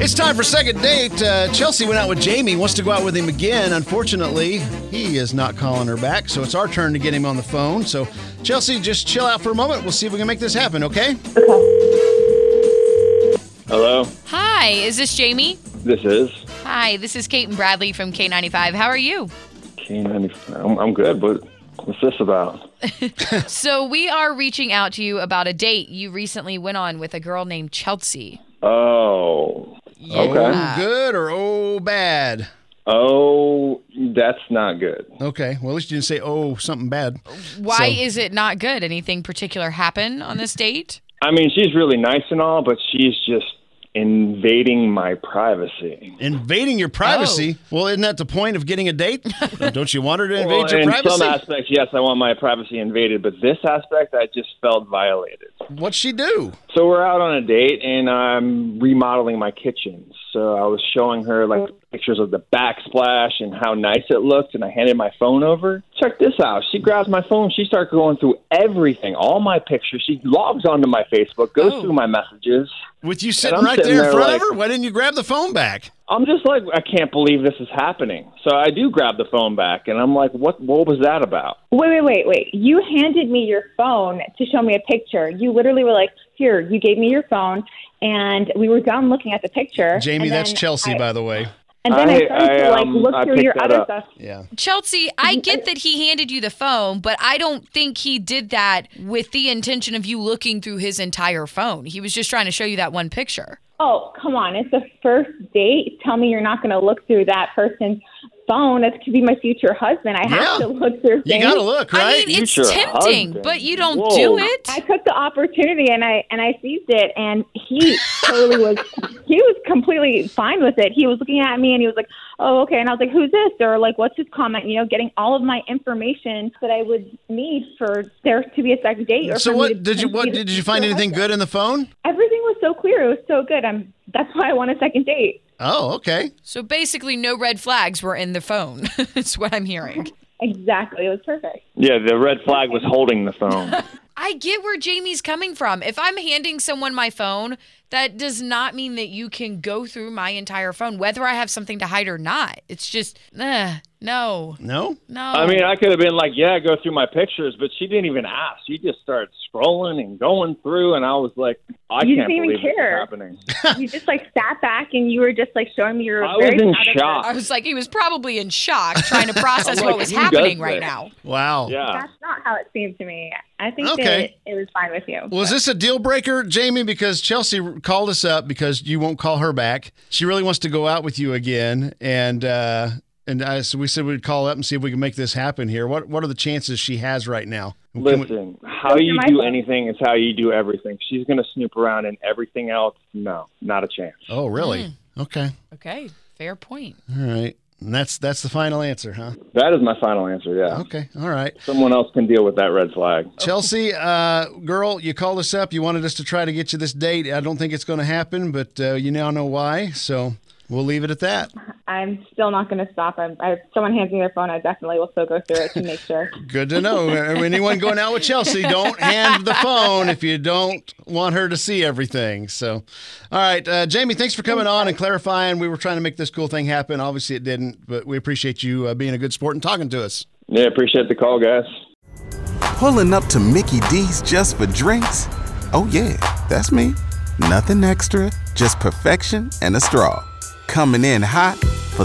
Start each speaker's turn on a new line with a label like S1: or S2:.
S1: It's time for second date. Uh, Chelsea went out with Jamie, wants to go out with him again. Unfortunately, he is not calling her back, so it's our turn to get him on the phone. So, Chelsea, just chill out for a moment. We'll see if we can make this happen, okay?
S2: Hello,
S3: Hi, is this Jamie?
S2: this is
S3: Hi, this is Kate and Bradley from K95. How are you?
S2: K95. I'm, I'm good, but what's this about?
S3: So, we are reaching out to you about a date you recently went on with a girl named Chelsea.
S2: Oh,
S1: Oh, good or oh, bad?
S2: oh, that's not good.
S1: Okay. Well, at least you didn't say oh, something bad.
S3: Why
S1: So-
S3: is it not good? Anything particular happen on this date?
S2: I mean, she's really nice and all, but she's just invading my privacy.
S1: Invading your privacy? Well, isn't that the point of getting a date? Don't you want her to invade
S2: Well,
S1: your
S2: in
S1: privacy?
S2: some aspects, yes, I want my privacy invaded, but this aspect, I just felt violated.
S1: What'd she do?
S2: So we're out on a date, and I'm remodeling my kitchen. So I was showing her like pictures of the backsplash and how nice it looked, and I handed my phone over. Check this out. She grabs my phone. She starts going through everything, all my pictures. She logs onto my Facebook, goes
S3: Oh.
S2: through my messages.
S1: With you sitting
S2: I'm
S1: right
S2: sitting
S1: there in
S2: there
S1: front
S2: like-
S1: of her? Why didn't you grab the phone back?
S2: I'm just like, I can't believe this is happening. So I do grab the phone back, and I'm like, what? What was that about?
S4: Wait, wait, wait, wait. You handed me your phone to show me a picture. You literally were like, here, you gave me your phone, and we were done looking at the picture.
S1: Jamie,
S4: and
S1: that's
S4: then
S1: Chelsea,
S4: I-
S1: by the way.
S4: And then I,
S2: I-
S4: started
S2: I,
S4: to like
S2: um,
S4: look
S2: I
S4: through
S2: picked
S4: your
S2: that
S4: other
S2: up.
S4: stuff.
S1: Yeah.
S3: Chelsea, I get that he handed you the phone, but I don't think he did that with the intention of you looking through his entire phone. He was just trying to show you that one picture.
S4: Oh, come on. It's a first date. Tell me you're not going to look through that person's phone. That could be my future husband. I have
S1: Yeah.
S4: to look through
S1: You
S4: things.
S1: got to look, right?
S3: I mean, it's
S2: Future
S3: tempting,
S2: husband.
S3: but you don't
S2: Whoa.
S3: do it.
S4: I took the opportunity and I and I seized it and he totally was he was completely fine with it. He was looking at me and he was like, "Oh, okay." And I was like, "Who's this?" or like, "What's his comment?" You know, getting all of my information that I would need for there to be a second date. Or
S1: so
S4: for me
S1: what
S4: to
S1: did you
S4: see
S1: what
S4: the
S1: did you find
S4: future
S1: anything
S4: husband.
S1: good in the phone?
S4: Everything was so clear. It was so good. I'm that's why I want a second date.
S1: Oh, okay.
S3: So basically, no red flags were in the phone. That's what I'm hearing.
S4: Exactly. It was perfect.
S2: Yeah, the red flag was holding the phone.
S3: I get where Jamie's coming from. If I'm handing someone my phone, that does not mean that you can go through my entire phone, whether I have something to hide or not. It's just, eh, no,
S1: No?
S3: no.
S2: I mean, I could have been like, yeah, go through my pictures, but she didn't even ask. She just started scrolling and going through, and I was like, I
S4: You
S2: can't
S4: didn't even
S2: believe this is
S4: care.
S2: happening.
S4: you just like sat back and you were just like showing me your.
S2: I was in
S3: I
S2: shock.
S3: was like, he was probably in shock trying to process
S2: I'm
S3: what
S2: like,
S3: was
S2: who does
S3: happening right
S2: that?
S3: now.
S1: Wow.
S2: Yeah.
S4: That's not how it seemed to me. I think
S1: Okay.
S4: that it was fine with you.
S1: Was this a deal breaker, Jamie? Because Chelsea called us up because you won't call her back. She really wants to go out with you again, and uh, and I, so we said we'd call up and see if we can make this happen here. What what are the chances she has right now? Can we-
S2: Listen, how
S4: Those are
S2: you
S4: my
S2: do
S4: thoughts.
S2: anything is how you do everything. She's going to snoop around and everything else. No, not a chance.
S1: oh, really?
S4: Hmm.
S1: Okay.
S3: Okay, fair point.
S1: All right. And that's that's the final answer, huh?
S2: That is my final answer, yeah.
S1: Okay. All right.
S2: Someone else can deal with that red flag.
S1: Chelsea, uh, girl, you called us up. You wanted us to try to get you this date. I don't think it's going to happen, but uh, you now know why. So we'll leave it at that.
S4: I'm still not going to stop. I'm, I, if someone hands me their phone, I definitely will still go through it to make sure.
S1: Good to know. Uh, Anyone going out with Chelsea, don't hand the phone if you don't want her to see everything. So, all right, uh, Jamie, thanks for coming on and clarifying. We were trying to make this cool thing happen. Obviously, it didn't, but we appreciate you uh, being a good sport and talking to us.
S2: Yeah, appreciate the call, guys.
S5: Pulling up to Mickey D's just for drinks? Oh, yeah, that's me. Nothing extra, just perfection and a straw. Coming in hot for